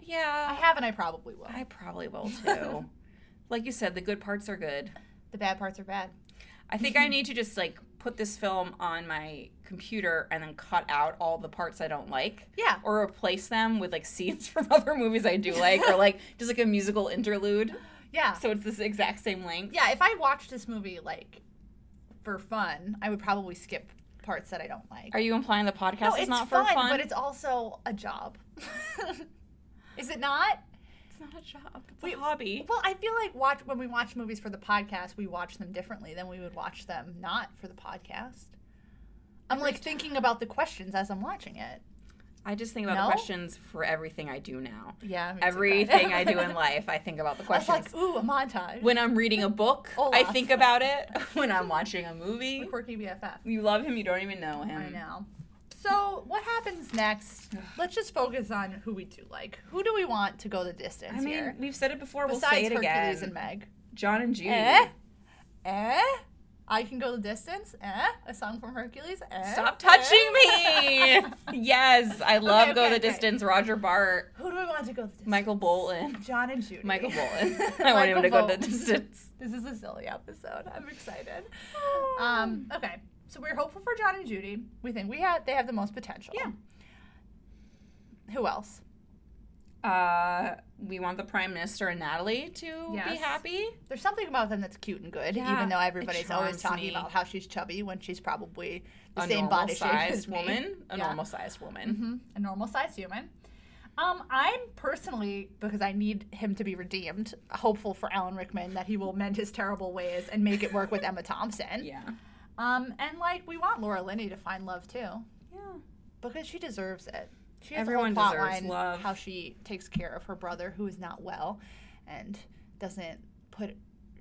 [SPEAKER 1] I
[SPEAKER 2] yeah,
[SPEAKER 1] haven't. I probably will.
[SPEAKER 2] I probably will too. like you said, the good parts are good.
[SPEAKER 1] The bad parts are bad.
[SPEAKER 2] I think
[SPEAKER 1] Mm-hmm.
[SPEAKER 2] I need to just like put this film on my computer and then cut out all the parts I don't like.
[SPEAKER 1] Yeah.
[SPEAKER 2] Or replace them with like scenes from other movies I do like, or like just like a musical interlude.
[SPEAKER 1] Yeah.
[SPEAKER 2] So it's this exact same length.
[SPEAKER 1] yeah. If I watched this movie like for fun, I would probably skip parts that I don't like.
[SPEAKER 2] Are you implying the podcast
[SPEAKER 1] no,
[SPEAKER 2] is
[SPEAKER 1] it's
[SPEAKER 2] not for fun?
[SPEAKER 1] but it's also a job. is it not?
[SPEAKER 2] It's not a job. It's
[SPEAKER 1] Wait,
[SPEAKER 2] a hobby.
[SPEAKER 1] Well, I feel like watch when we watch movies for the podcast, we watch them differently than we would watch them not for the podcast. I'm like thinking about the questions as I'm watching it.
[SPEAKER 2] I just think about
[SPEAKER 1] No?
[SPEAKER 2] the questions for everything I do now.
[SPEAKER 1] Yeah.
[SPEAKER 2] Everything I do in life, I think about the
[SPEAKER 1] I was
[SPEAKER 2] questions.
[SPEAKER 1] like, Oh, ooh, a montage.
[SPEAKER 2] when I'm reading a book, I
[SPEAKER 1] Olaf.
[SPEAKER 2] think about it. When I'm watching a movie,
[SPEAKER 1] The quirky BFF.
[SPEAKER 2] you love him, you don't even know him.
[SPEAKER 1] I know. So what happens next? Let's just focus on who we do like. Who do we want to go the distance
[SPEAKER 2] I mean,
[SPEAKER 1] here?
[SPEAKER 2] we've said it before.
[SPEAKER 1] Besides
[SPEAKER 2] we'll say it
[SPEAKER 1] Hercules
[SPEAKER 2] again.
[SPEAKER 1] and Meg.
[SPEAKER 2] John and Judy.
[SPEAKER 1] Eh? Eh? I Can Go the Distance, eh? A Song from Hercules, eh?
[SPEAKER 2] Stop
[SPEAKER 1] eh.
[SPEAKER 2] touching me. yes, I love
[SPEAKER 1] Okay,
[SPEAKER 2] Go
[SPEAKER 1] okay,
[SPEAKER 2] the
[SPEAKER 1] okay.
[SPEAKER 2] Distance. Roger Bart,
[SPEAKER 1] Who do we want to go the distance?
[SPEAKER 2] Michael Bolton,
[SPEAKER 1] John and Judy.
[SPEAKER 2] Michael Bolton. I want him to
[SPEAKER 1] Michael
[SPEAKER 2] go the
[SPEAKER 1] Bolton.
[SPEAKER 2] distance.
[SPEAKER 1] This is a silly episode. I'm excited. Um, okay, so we're hopeful for John and Judy. We think we have they have the most potential.
[SPEAKER 2] Yeah.
[SPEAKER 1] Who else?
[SPEAKER 2] Uh, we want the Prime Minister and Natalie to be
[SPEAKER 1] Yes.
[SPEAKER 2] happy.
[SPEAKER 1] There's something about them that's cute and good,
[SPEAKER 2] Yeah,
[SPEAKER 1] even though
[SPEAKER 2] it
[SPEAKER 1] everybody's always
[SPEAKER 2] charms
[SPEAKER 1] talking
[SPEAKER 2] me.
[SPEAKER 1] about how she's chubby when she's probably the
[SPEAKER 2] a
[SPEAKER 1] same
[SPEAKER 2] normal
[SPEAKER 1] body shape as
[SPEAKER 2] sized
[SPEAKER 1] me.
[SPEAKER 2] woman. A
[SPEAKER 1] Yeah.
[SPEAKER 2] normal sized woman.
[SPEAKER 1] Mhm, a normal sized human. Um, I'm personally because I need him to be redeemed, hopeful for Alan Rickman that he will mend his terrible ways and make it work with Emma Thompson.
[SPEAKER 2] Yeah.
[SPEAKER 1] Um, and like we want Laura Linney to find love too.
[SPEAKER 2] Yeah.
[SPEAKER 1] because she deserves it. She
[SPEAKER 2] Everyone
[SPEAKER 1] has a whole plot
[SPEAKER 2] deserves
[SPEAKER 1] line,
[SPEAKER 2] love.
[SPEAKER 1] How she takes care of her brother who is not well, and doesn't put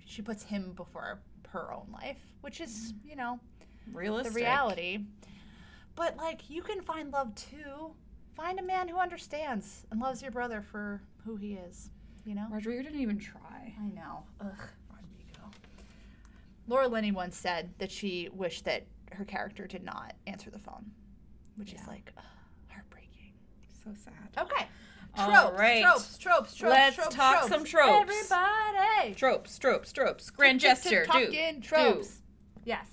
[SPEAKER 1] she puts him before her own life, which is
[SPEAKER 2] Mm.
[SPEAKER 1] you know the
[SPEAKER 2] Realistic.
[SPEAKER 1] reality. But like you can find love too. Find a man who understands and loves your brother for who he is. You know.
[SPEAKER 2] Rodrigo didn't even try.
[SPEAKER 1] I know. Ugh, Rodrigo. Laura Linney once said that she wished that her character did not answer the phone, which
[SPEAKER 2] Yeah.
[SPEAKER 1] is like ugh, heartbreaking.
[SPEAKER 2] So sad.
[SPEAKER 1] Okay.
[SPEAKER 2] All
[SPEAKER 1] Tropes,
[SPEAKER 2] right.
[SPEAKER 1] tropes, tropes, tropes.
[SPEAKER 2] Let's
[SPEAKER 1] tropes,
[SPEAKER 2] talk
[SPEAKER 1] tropes.
[SPEAKER 2] some tropes.
[SPEAKER 1] Everybody.
[SPEAKER 2] Tropes, tropes, tropes. Grand gesture. Do.
[SPEAKER 1] Talking tropes. Yes.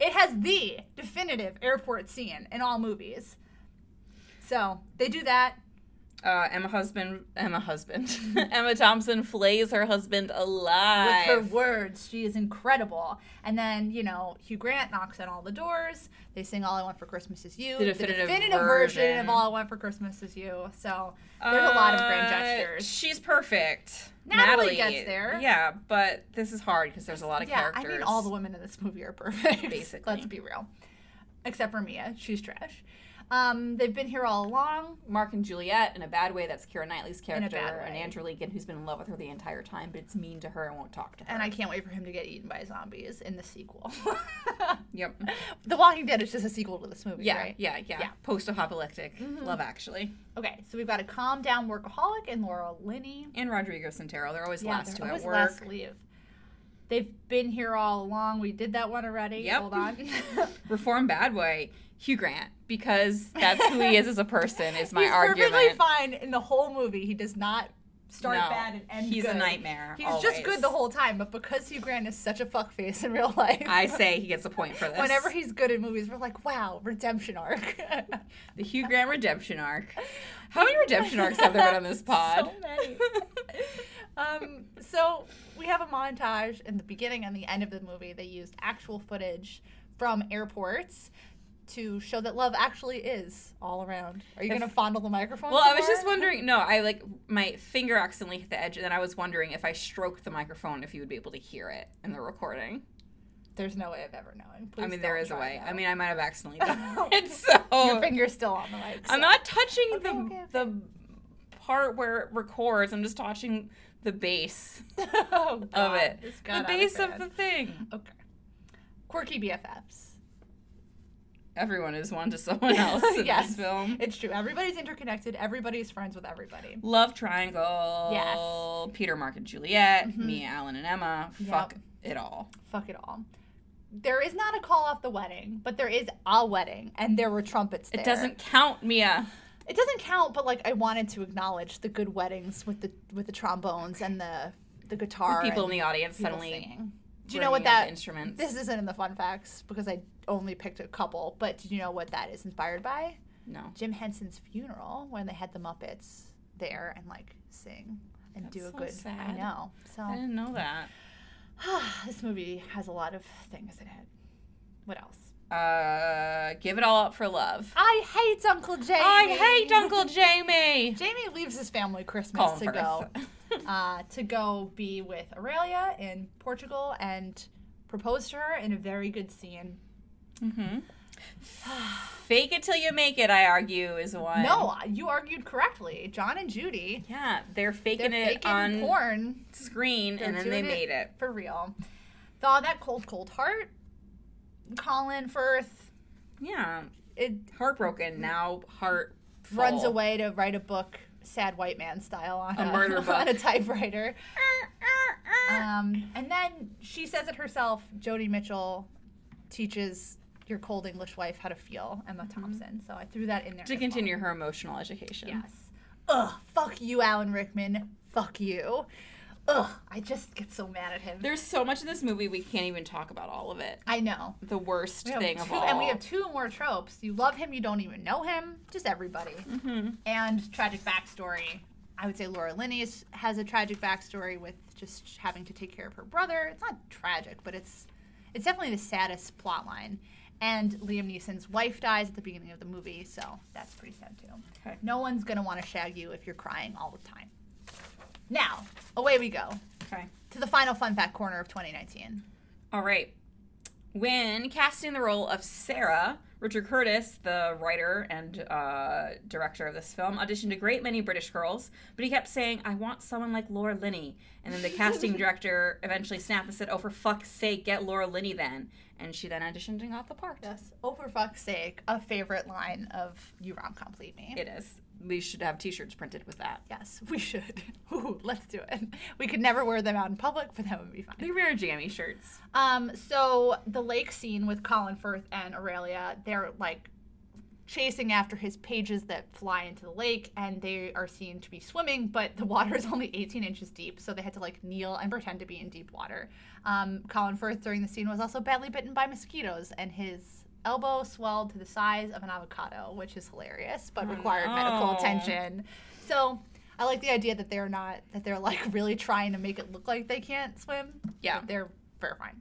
[SPEAKER 1] It has the definitive airport scene in all movies. So they do that.
[SPEAKER 2] Do. Uh, Emma husband. Emma husband. Emma Thompson flays her husband
[SPEAKER 1] with
[SPEAKER 2] alive.
[SPEAKER 1] her words. She is incredible. And then, you know, Hugh Grant knocks on all the doors. They sing All I Want for Christmas Is You.
[SPEAKER 2] The definitive
[SPEAKER 1] version.
[SPEAKER 2] version.
[SPEAKER 1] of All I Want for Christmas Is You. So there's a lot of grand
[SPEAKER 2] Uh,
[SPEAKER 1] gestures.
[SPEAKER 2] She's perfect.
[SPEAKER 1] Natalie gets there.
[SPEAKER 2] Yeah, but this is hard because there's a lot of
[SPEAKER 1] Yeah,
[SPEAKER 2] characters.
[SPEAKER 1] I mean, all the women in this movie are perfect.
[SPEAKER 2] Basically.
[SPEAKER 1] Let's be real. Except for Mia. She's trash. Um, they've been here all along.
[SPEAKER 2] Mark and Juliet in a bad way. That's Kira Knightley's
[SPEAKER 1] a
[SPEAKER 2] character,
[SPEAKER 1] bad
[SPEAKER 2] and
[SPEAKER 1] way.
[SPEAKER 2] Andrew Lincoln, who's been in love with her the entire time, but it's mean to her and won't talk to her.
[SPEAKER 1] And I can't wait for him to get eaten by zombies in the sequel.
[SPEAKER 2] yep.
[SPEAKER 1] the Walking Dead is just a sequel to this movie,
[SPEAKER 2] Yeah,
[SPEAKER 1] right?
[SPEAKER 2] yeah, yeah,
[SPEAKER 1] Yeah. Mm-hmm.
[SPEAKER 2] Post-apocalyptic. Love Actually,
[SPEAKER 1] Okay, so we've got a calm down workaholic and Laura Linney.
[SPEAKER 2] and Rodrigo Santero. They're always last
[SPEAKER 1] they're
[SPEAKER 2] to at
[SPEAKER 1] always
[SPEAKER 2] work.
[SPEAKER 1] last leave. They've been here all along. We did that one already.
[SPEAKER 2] Yep.
[SPEAKER 1] Hold on.
[SPEAKER 2] Reform bad boy. Hugh Grant, because that's who he is as a person. Is my
[SPEAKER 1] he's
[SPEAKER 2] argument.
[SPEAKER 1] perfectly fine in the whole movie. He does not start
[SPEAKER 2] No,
[SPEAKER 1] bad and end
[SPEAKER 2] he's a
[SPEAKER 1] good.
[SPEAKER 2] nightmare,
[SPEAKER 1] He's just
[SPEAKER 2] always.
[SPEAKER 1] good the whole time, but because Hugh Grant is such a fuckface in real life,
[SPEAKER 2] I say he gets a point for this.
[SPEAKER 1] whenever he's good in movies, we're like, wow, redemption arc.
[SPEAKER 2] The Hugh Grant redemption arc. How many redemption arcs have there been on this pod?
[SPEAKER 1] So many. um, so we have a montage in the beginning and the end of the movie. They used actual footage from airports to show that love actually is all around. Are you
[SPEAKER 2] If-
[SPEAKER 1] going to fondle the microphone?
[SPEAKER 2] well,
[SPEAKER 1] some
[SPEAKER 2] I was just
[SPEAKER 1] more?
[SPEAKER 2] wondering. No, I like my finger accidentally hit the edge, and then I was wondering if I stroked the microphone if you would be able to hear it in the recording.
[SPEAKER 1] There's no way of ever knowing. Please
[SPEAKER 2] I mean, there
[SPEAKER 1] don't
[SPEAKER 2] is a
[SPEAKER 1] try Oh.
[SPEAKER 2] way.
[SPEAKER 1] now.
[SPEAKER 2] I mean, I might have accidentally done it. So
[SPEAKER 1] your finger's still on the mic. so-
[SPEAKER 2] I'm not touching
[SPEAKER 1] Okay,
[SPEAKER 2] the
[SPEAKER 1] okay, okay.
[SPEAKER 2] the part where it records. I'm just touching the base
[SPEAKER 1] Oh,
[SPEAKER 2] of
[SPEAKER 1] God,
[SPEAKER 2] it.
[SPEAKER 1] this got out
[SPEAKER 2] The base of
[SPEAKER 1] hand.
[SPEAKER 2] the thing.
[SPEAKER 1] Okay. Quirky BFFs.
[SPEAKER 2] Everyone is one to someone else in
[SPEAKER 1] Yes.
[SPEAKER 2] this film.
[SPEAKER 1] It's true. Everybody's interconnected. Everybody's friends with everybody.
[SPEAKER 2] Love Triangle. Peter, Mark, and Juliet. Me, Alan, and Emma.
[SPEAKER 1] Mm-hmm. Yep.
[SPEAKER 2] Fuck it all.
[SPEAKER 1] fuck it all. There is not a call off the wedding, but there is a wedding, and there were trumpets. There.
[SPEAKER 2] It doesn't count, Mia.
[SPEAKER 1] It doesn't count, but like I wanted to acknowledge the good weddings with the with the trombones and the the guitar.
[SPEAKER 2] People in
[SPEAKER 1] and
[SPEAKER 2] the audience
[SPEAKER 1] people
[SPEAKER 2] suddenly.
[SPEAKER 1] singing. Do you know what
[SPEAKER 2] bringing out
[SPEAKER 1] that?
[SPEAKER 2] the instruments?
[SPEAKER 1] This isn't in the fun facts because I only picked a couple. But did you know what that is inspired by?
[SPEAKER 2] No.
[SPEAKER 1] Jim Henson's funeral when they had the Muppets there and like sing and do a
[SPEAKER 2] so
[SPEAKER 1] good. I
[SPEAKER 2] sad.
[SPEAKER 1] know. So
[SPEAKER 2] I didn't know that.
[SPEAKER 1] this movie has a lot of things in it. What else?
[SPEAKER 2] Uh, give it all up for love.
[SPEAKER 1] I hate Uncle Jamie.
[SPEAKER 2] I hate Uncle Jamie.
[SPEAKER 1] Jamie leaves his family Christmas
[SPEAKER 2] Call
[SPEAKER 1] to
[SPEAKER 2] him first.
[SPEAKER 1] go uh, to go be with Aurelia in Portugal and propose to her in a very good scene.
[SPEAKER 2] Fake it till you make it. I argue is
[SPEAKER 1] Mm-hmm.
[SPEAKER 2] one.
[SPEAKER 1] No, you argued correctly. John and Judy,
[SPEAKER 2] Yeah, they're
[SPEAKER 1] they're
[SPEAKER 2] faking it
[SPEAKER 1] faking
[SPEAKER 2] on
[SPEAKER 1] porn
[SPEAKER 2] screen, and
[SPEAKER 1] They're
[SPEAKER 2] then they
[SPEAKER 1] doing
[SPEAKER 2] made it.
[SPEAKER 1] for real. Thaw that cold, cold heart. Colin Firth
[SPEAKER 2] Yeah,
[SPEAKER 1] it
[SPEAKER 2] heartbroken. Now heart
[SPEAKER 1] Mm-hmm. runs away to write a book, sad white man style on
[SPEAKER 2] A murder
[SPEAKER 1] on a
[SPEAKER 2] book.
[SPEAKER 1] typewriter. Um, and then she says it herself. Joni Mitchell teaches your cold English wife how to feel Emma Thompson. So I threw that in there
[SPEAKER 2] Mm-hmm. to
[SPEAKER 1] as well.
[SPEAKER 2] continue her emotional education.
[SPEAKER 1] Yes. Ugh. Fuck you, Alan Rickman. Fuck you. Ugh. I just get so mad at him.
[SPEAKER 2] There's so much in this movie we can't even talk about all of it.
[SPEAKER 1] I know.
[SPEAKER 2] The worst
[SPEAKER 1] We have
[SPEAKER 2] thing of
[SPEAKER 1] two-
[SPEAKER 2] all.
[SPEAKER 1] And we have two more tropes. You love him, you don't even know him. Just everybody.
[SPEAKER 2] Mm-hmm.
[SPEAKER 1] And tragic backstory. I would say Laura Linney is- has a tragic backstory with just having to take care of her brother. It's not tragic, but it's it's definitely the saddest plot line. And Liam Neeson's wife dies at the beginning of the movie, so that's pretty sad too.
[SPEAKER 2] Okay.
[SPEAKER 1] No one's gonna want to shag you if you're crying all the time. Now, away we go
[SPEAKER 2] Okay.
[SPEAKER 1] to the final fun fact corner of 2019.
[SPEAKER 2] All right. When casting the role of Sarah, Richard Curtis, the writer and uh, director of this film, auditioned a great many British girls, but he kept saying, I want someone like Laura Linney. And then the casting director eventually snapped and said, Oh, for fuck's sake, get Laura Linney then. And she then auditioned and got the part.
[SPEAKER 1] Yes. Oh, for fuck's sake, a favorite line of You Rom Complete Me.
[SPEAKER 2] It is. We should have t shirts printed with that.
[SPEAKER 1] yes, we should. Ooh, let's do it. We could never wear them out in public, but that would be fun.
[SPEAKER 2] They wear jammy shirts.
[SPEAKER 1] Um, so the lake scene with Colin Firth and Aurelia, they're like chasing after his pages that fly into the lake and they are seen to be swimming but the water is only 18 inches deep so they had to like kneel and pretend to be in deep water um, colin firth during the scene was also badly bitten by mosquitoes and his elbow swelled to the size of an avocado which is hilarious but required medical
[SPEAKER 2] Oh, no.
[SPEAKER 1] attention so i like the idea that they're not that they're like really trying to make it look like they can't swim
[SPEAKER 2] Yeah.
[SPEAKER 1] But they're verified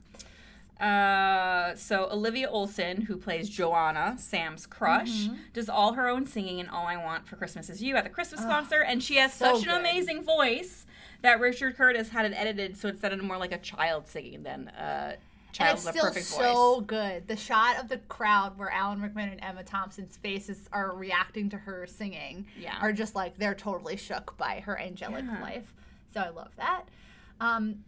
[SPEAKER 2] Uh, so Olivia Olson, who plays Joanna, Sam's crush,
[SPEAKER 1] Mm-hmm.
[SPEAKER 2] does all her own singing in All I Want for Christmas Is You at the Christmas concert, and she has
[SPEAKER 1] so
[SPEAKER 2] such an
[SPEAKER 1] good.
[SPEAKER 2] amazing voice that Richard Curtis had it edited so it sounded more like a child singing than a
[SPEAKER 1] And
[SPEAKER 2] child
[SPEAKER 1] it's
[SPEAKER 2] with a
[SPEAKER 1] still
[SPEAKER 2] perfect
[SPEAKER 1] so
[SPEAKER 2] voice.
[SPEAKER 1] good. The shot of the crowd where Alan Rickman and Emma Thompson's faces are reacting to her singing
[SPEAKER 2] Yeah.
[SPEAKER 1] are just like they're totally shook by her angelic life. So I love that. Um,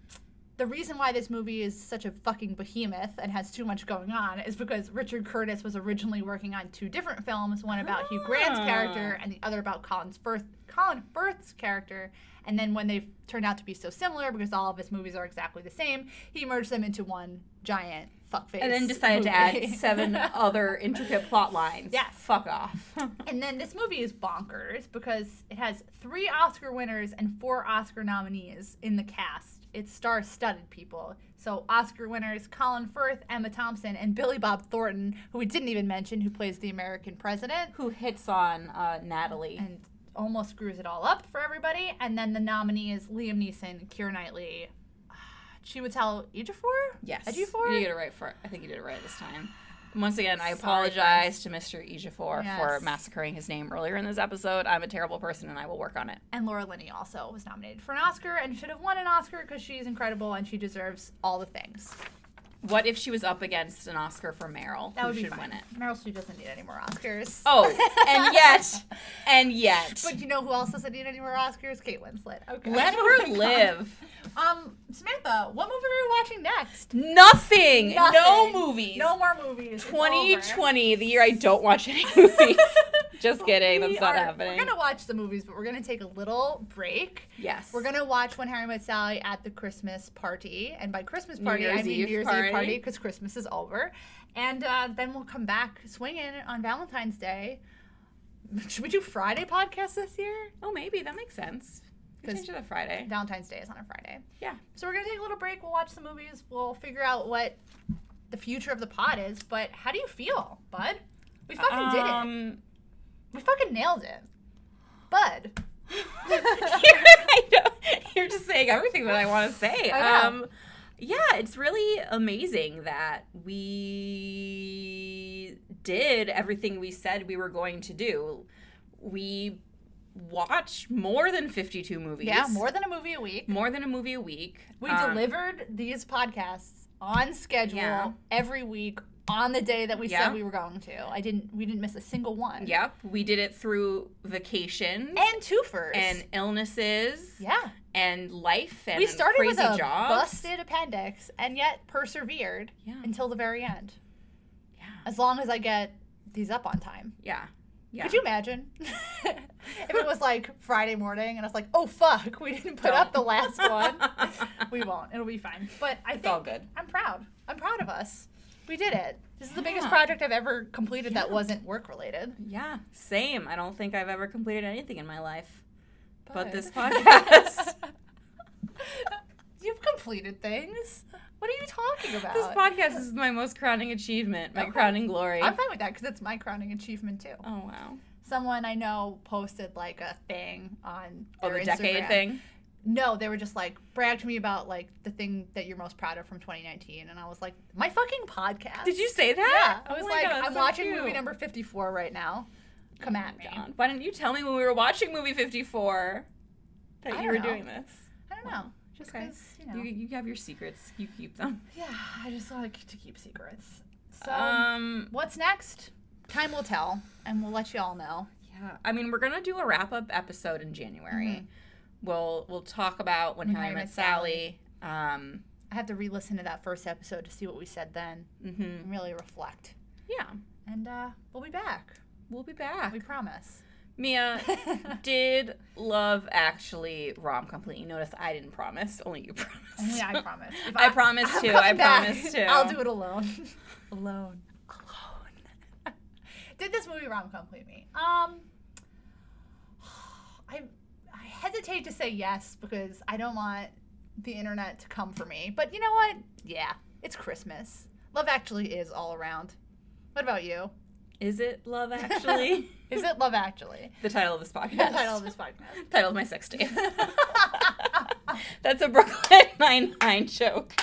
[SPEAKER 1] the reason why this movie is such a fucking behemoth and has too much going on is because Richard Curtis was originally working on two different films, one about Hugh Grant's
[SPEAKER 2] Ah.
[SPEAKER 1] character and the other about Colin's Firth, Colin Firth's character. And then when they turned out to be so similar, because all of his movies are exactly the same, he merged them into one giant fuckface.
[SPEAKER 2] And then decided to add
[SPEAKER 1] movie.
[SPEAKER 2] seven other intricate plot lines.
[SPEAKER 1] Yes.
[SPEAKER 2] Fuck off.
[SPEAKER 1] And then this movie is bonkers because it has three Oscar winners and four Oscar nominees in the cast. It's star studded people. So, Oscar winners Colin Firth, Emma Thompson, and Billy Bob Thornton, who we didn't even mention, who plays the American president
[SPEAKER 2] who hits on uh, Natalie.
[SPEAKER 1] and almost screws it all up for everybody. And then the nominee is Liam Neeson, Keira Knightley, Chiwetel Ejiofor?
[SPEAKER 2] Yes.
[SPEAKER 1] Ejiofor?
[SPEAKER 2] You did it right for I think you did it right this time. Once again, I
[SPEAKER 1] Sorry,
[SPEAKER 2] apologize to Mr. Ejiofor for
[SPEAKER 1] Yes.
[SPEAKER 2] massacring his name earlier in this episode. I'm a terrible person and I will work on it.
[SPEAKER 1] And Laura Linney also was nominated for an Oscar and should have won an Oscar because she's incredible and she deserves all the things.
[SPEAKER 2] What if she was up against an Oscar for Meryl?
[SPEAKER 1] That
[SPEAKER 2] Who
[SPEAKER 1] would be
[SPEAKER 2] should
[SPEAKER 1] fun.
[SPEAKER 2] win it.
[SPEAKER 1] Meryl Streep doesn't need any more Oscars.
[SPEAKER 2] Oh, and yet, and yet.
[SPEAKER 1] But you know who else doesn't need any more Oscars? Kate Winslet. Okay.
[SPEAKER 2] let
[SPEAKER 1] Oh
[SPEAKER 2] her
[SPEAKER 1] my
[SPEAKER 2] live.
[SPEAKER 1] God. Um, Samantha, what movie are we watching next?
[SPEAKER 2] Nothing. No
[SPEAKER 1] Nothing.
[SPEAKER 2] movies.
[SPEAKER 1] No more movies. It's over.
[SPEAKER 2] 2020, the year I don't watch any movies. Just kidding.
[SPEAKER 1] We
[SPEAKER 2] That's not
[SPEAKER 1] are-
[SPEAKER 2] happening.
[SPEAKER 1] We're gonna watch the movies, but we're gonna take a little break.
[SPEAKER 2] yes.
[SPEAKER 1] We're gonna watch When Harry Met Sally at the Christmas party, and by Christmas
[SPEAKER 2] New
[SPEAKER 1] party I
[SPEAKER 2] Year's
[SPEAKER 1] mean
[SPEAKER 2] Eve
[SPEAKER 1] New Year's
[SPEAKER 2] party.
[SPEAKER 1] Eve party because Christmas is over, and uh, then we'll come back swinging on Valentine's Day. Should we do Friday podcast this year?
[SPEAKER 2] Oh, maybe that makes sense. We
[SPEAKER 1] Because-
[SPEAKER 2] Change it to Friday.
[SPEAKER 1] Valentine's Day is on a Friday,
[SPEAKER 2] Yeah.
[SPEAKER 1] so we're gonna take a little break. We'll watch some movies. We'll figure out what the future of the pod is. But how do you feel, Bud? We fucking did it.
[SPEAKER 2] um,
[SPEAKER 1] We fucking nailed it, Bud.
[SPEAKER 2] you're, I know- you're just saying everything that I want to say.
[SPEAKER 1] I know.
[SPEAKER 2] Um, yeah, it's really amazing that we did everything we said we were going to do. We watch more than 52 movies.
[SPEAKER 1] Yeah, more than a movie a week.
[SPEAKER 2] more than a movie a week.
[SPEAKER 1] We
[SPEAKER 2] Um,
[SPEAKER 1] delivered these podcasts on schedule
[SPEAKER 2] Yeah.
[SPEAKER 1] every week on the day that we
[SPEAKER 2] Yeah.
[SPEAKER 1] said we were going to. I didn't. We didn't miss a single one.
[SPEAKER 2] Yep, we did it through vacations
[SPEAKER 1] And twofers.
[SPEAKER 2] and illnesses
[SPEAKER 1] yeah,
[SPEAKER 2] and life and
[SPEAKER 1] we started
[SPEAKER 2] crazy
[SPEAKER 1] with a
[SPEAKER 2] jobs.
[SPEAKER 1] busted appendix and yet persevered
[SPEAKER 2] Yeah.
[SPEAKER 1] until the very end.
[SPEAKER 2] Yeah.
[SPEAKER 1] As long as I get these up on time.
[SPEAKER 2] Yeah. Yeah.
[SPEAKER 1] Could you imagine if it was like Friday morning and I was like, "Oh fuck, we didn't put up the last one." we won't. It'll be fine. But I think
[SPEAKER 2] all good.
[SPEAKER 1] I'm proud. I'm proud of us. We did it. This is the biggest
[SPEAKER 2] Yeah.
[SPEAKER 1] project I've ever completed that wasn't work related.
[SPEAKER 2] Yeah, same. I don't think I've ever completed anything in my life but, this
[SPEAKER 1] But-
[SPEAKER 2] podcast.
[SPEAKER 1] You've completed things. What are you talking about?
[SPEAKER 2] this podcast is my most crowning achievement, my
[SPEAKER 1] Okay.
[SPEAKER 2] crowning glory.
[SPEAKER 1] Oh. I'm fine with that because it's my crowning achievement too.
[SPEAKER 2] oh wow.
[SPEAKER 1] Someone I know posted like a thing on
[SPEAKER 2] Oh,
[SPEAKER 1] their
[SPEAKER 2] the decade
[SPEAKER 1] Instagram.
[SPEAKER 2] thing.
[SPEAKER 1] No, they were just like brag to me about like the thing that you're most proud of from 2019, and I was like, my fucking podcast.
[SPEAKER 2] Did you say
[SPEAKER 1] Yeah,
[SPEAKER 2] that?
[SPEAKER 1] I
[SPEAKER 2] Oh
[SPEAKER 1] was
[SPEAKER 2] my
[SPEAKER 1] like,
[SPEAKER 2] God, that's
[SPEAKER 1] I'm
[SPEAKER 2] so
[SPEAKER 1] watching
[SPEAKER 2] cute. Oh
[SPEAKER 1] movie number 54 right now. Come at me.
[SPEAKER 2] God, why didn't you tell me when we were watching movie 54 that
[SPEAKER 1] I
[SPEAKER 2] you
[SPEAKER 1] don't
[SPEAKER 2] were
[SPEAKER 1] know.
[SPEAKER 2] doing this?
[SPEAKER 1] I don't know. Just
[SPEAKER 2] Okay.
[SPEAKER 1] because you know.
[SPEAKER 2] You, you have your secrets. You keep them.
[SPEAKER 1] yeah, I just like to keep secrets. So
[SPEAKER 2] um,
[SPEAKER 1] what's next? Time will tell, and we'll let you all know.
[SPEAKER 2] yeah. I mean, we're gonna do a wrap up episode in January.
[SPEAKER 1] Mm-hmm.
[SPEAKER 2] We'll we'll talk about when Harry met Sally. Um,
[SPEAKER 1] I have to re-listen to that first episode to see what we said then
[SPEAKER 2] mhm.
[SPEAKER 1] and really reflect.
[SPEAKER 2] Yeah,
[SPEAKER 1] And uh, we'll be back.
[SPEAKER 2] we'll be back.
[SPEAKER 1] We promise.
[SPEAKER 2] Mia did Love Actually rom completely. Notice I didn't promise. Only you promised.
[SPEAKER 1] Only I promise. If
[SPEAKER 2] I promise
[SPEAKER 1] I'm
[SPEAKER 2] too.
[SPEAKER 1] coming
[SPEAKER 2] I
[SPEAKER 1] back.
[SPEAKER 2] promise too.
[SPEAKER 1] I'll do it alone. alone. Alone. Did this movie rom com complete me? Um, I I hesitate to say yes because I don't want the internet to come for me. But you know what? Yeah, it's Christmas. Love Actually is all around. What about you?
[SPEAKER 2] Is it Love Actually?
[SPEAKER 1] Is it Love Actually?
[SPEAKER 2] the title of this podcast.
[SPEAKER 1] The title of this podcast.
[SPEAKER 2] Title of my sex tape. That's a Brooklyn Nine Nine joke.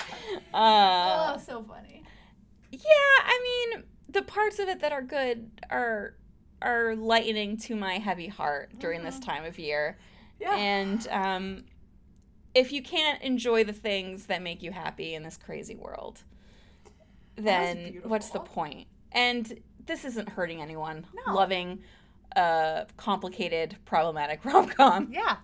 [SPEAKER 2] Uh,
[SPEAKER 1] oh, so funny.
[SPEAKER 2] yeah, I mean the parts of it that are good are are lightening to my heavy heart during this
[SPEAKER 1] Mm-hmm.
[SPEAKER 2] time of year.
[SPEAKER 1] Yeah.
[SPEAKER 2] And um, if you can't enjoy the things that make you happy in this crazy world, then what's the
[SPEAKER 1] beautiful.
[SPEAKER 2] point? And this isn't hurting anyone.
[SPEAKER 1] No.
[SPEAKER 2] Loving uh, complicated, problematic rom com.
[SPEAKER 1] Yeah.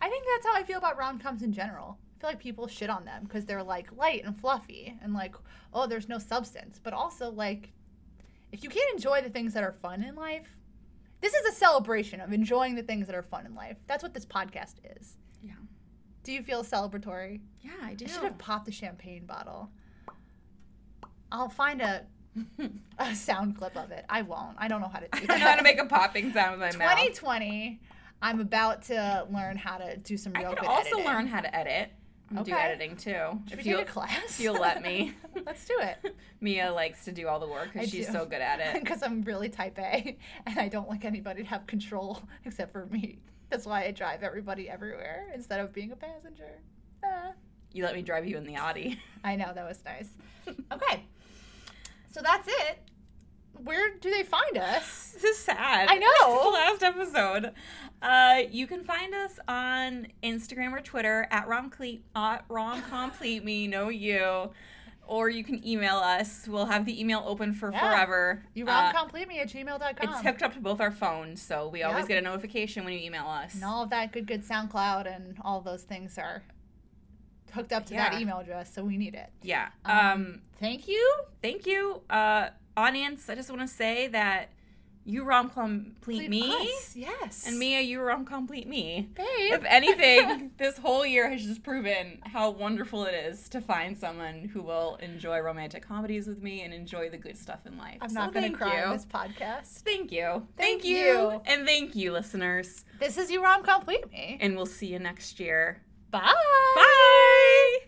[SPEAKER 1] I think that's how I feel about rom coms in general. I feel like people shit on them because they're like light and fluffy and like, oh, there's no substance. But also, like, if you can't enjoy the things that are fun in life, this is a celebration of enjoying the things that are fun in life. That's what this podcast is.
[SPEAKER 2] Yeah.
[SPEAKER 1] Do you feel celebratory?
[SPEAKER 2] Yeah, I do.
[SPEAKER 1] I should have popped the champagne bottle. I'll find a, a sound clip of it. I won't. I don't know how to do that.
[SPEAKER 2] I know how to make a popping sound with my mouth.
[SPEAKER 1] 2020, I'm about to learn how to do some
[SPEAKER 2] I
[SPEAKER 1] real
[SPEAKER 2] could
[SPEAKER 1] good
[SPEAKER 2] also
[SPEAKER 1] editing.
[SPEAKER 2] learn how to edit. and Do
[SPEAKER 1] Okay.
[SPEAKER 2] editing too.
[SPEAKER 1] Should
[SPEAKER 2] if
[SPEAKER 1] we
[SPEAKER 2] you
[SPEAKER 1] take a class?
[SPEAKER 2] if you'll let me.
[SPEAKER 1] Let's do it.
[SPEAKER 2] Mia likes to do all the work
[SPEAKER 1] I
[SPEAKER 2] because she's
[SPEAKER 1] do.
[SPEAKER 2] so good at it.
[SPEAKER 1] Because I'm really type A and I don't like anybody to have control except for me. That's why I drive everybody everywhere instead of being a passenger. Ah.
[SPEAKER 2] You let me drive you in the Audi.
[SPEAKER 1] I know, that was nice. Okay. So that's it. Where do they find us?
[SPEAKER 2] This is sad.
[SPEAKER 1] I know.
[SPEAKER 2] It's the last episode. Uh, you can find us on Instagram or Twitter at romcomplete, at romcomplete me, know you. Or you can email us. We'll have the email open for
[SPEAKER 1] Yeah.
[SPEAKER 2] forever.
[SPEAKER 1] You
[SPEAKER 2] Uh,
[SPEAKER 1] romcomplete me at gmail.com.
[SPEAKER 2] it's hooked up to both our phones, so we always
[SPEAKER 1] Yep.
[SPEAKER 2] get a notification when you email us.
[SPEAKER 1] And all of that good, good SoundCloud and all those things are hooked up to that
[SPEAKER 2] Yeah.
[SPEAKER 1] email address, so we need it.
[SPEAKER 2] Yeah.
[SPEAKER 1] Um,
[SPEAKER 2] Um,
[SPEAKER 1] Thank you.
[SPEAKER 2] thank you, uh, audience. I just want to say that you rom complete me,
[SPEAKER 1] Us, Yes.
[SPEAKER 2] and Mia, you rom complete me.
[SPEAKER 1] Babe.
[SPEAKER 2] If anything, this whole year has just proven how wonderful it is to find someone who will enjoy romantic comedies with me and enjoy the good stuff in life.
[SPEAKER 1] I'm
[SPEAKER 2] So
[SPEAKER 1] not going
[SPEAKER 2] thank
[SPEAKER 1] to cry
[SPEAKER 2] you.
[SPEAKER 1] on this podcast.
[SPEAKER 2] Thank you.
[SPEAKER 1] Thank
[SPEAKER 2] Thank you.
[SPEAKER 1] you.
[SPEAKER 2] And thank you, listeners.
[SPEAKER 1] This is you rom complete me.
[SPEAKER 2] And we'll see you next year.
[SPEAKER 1] Bye.
[SPEAKER 2] Bye.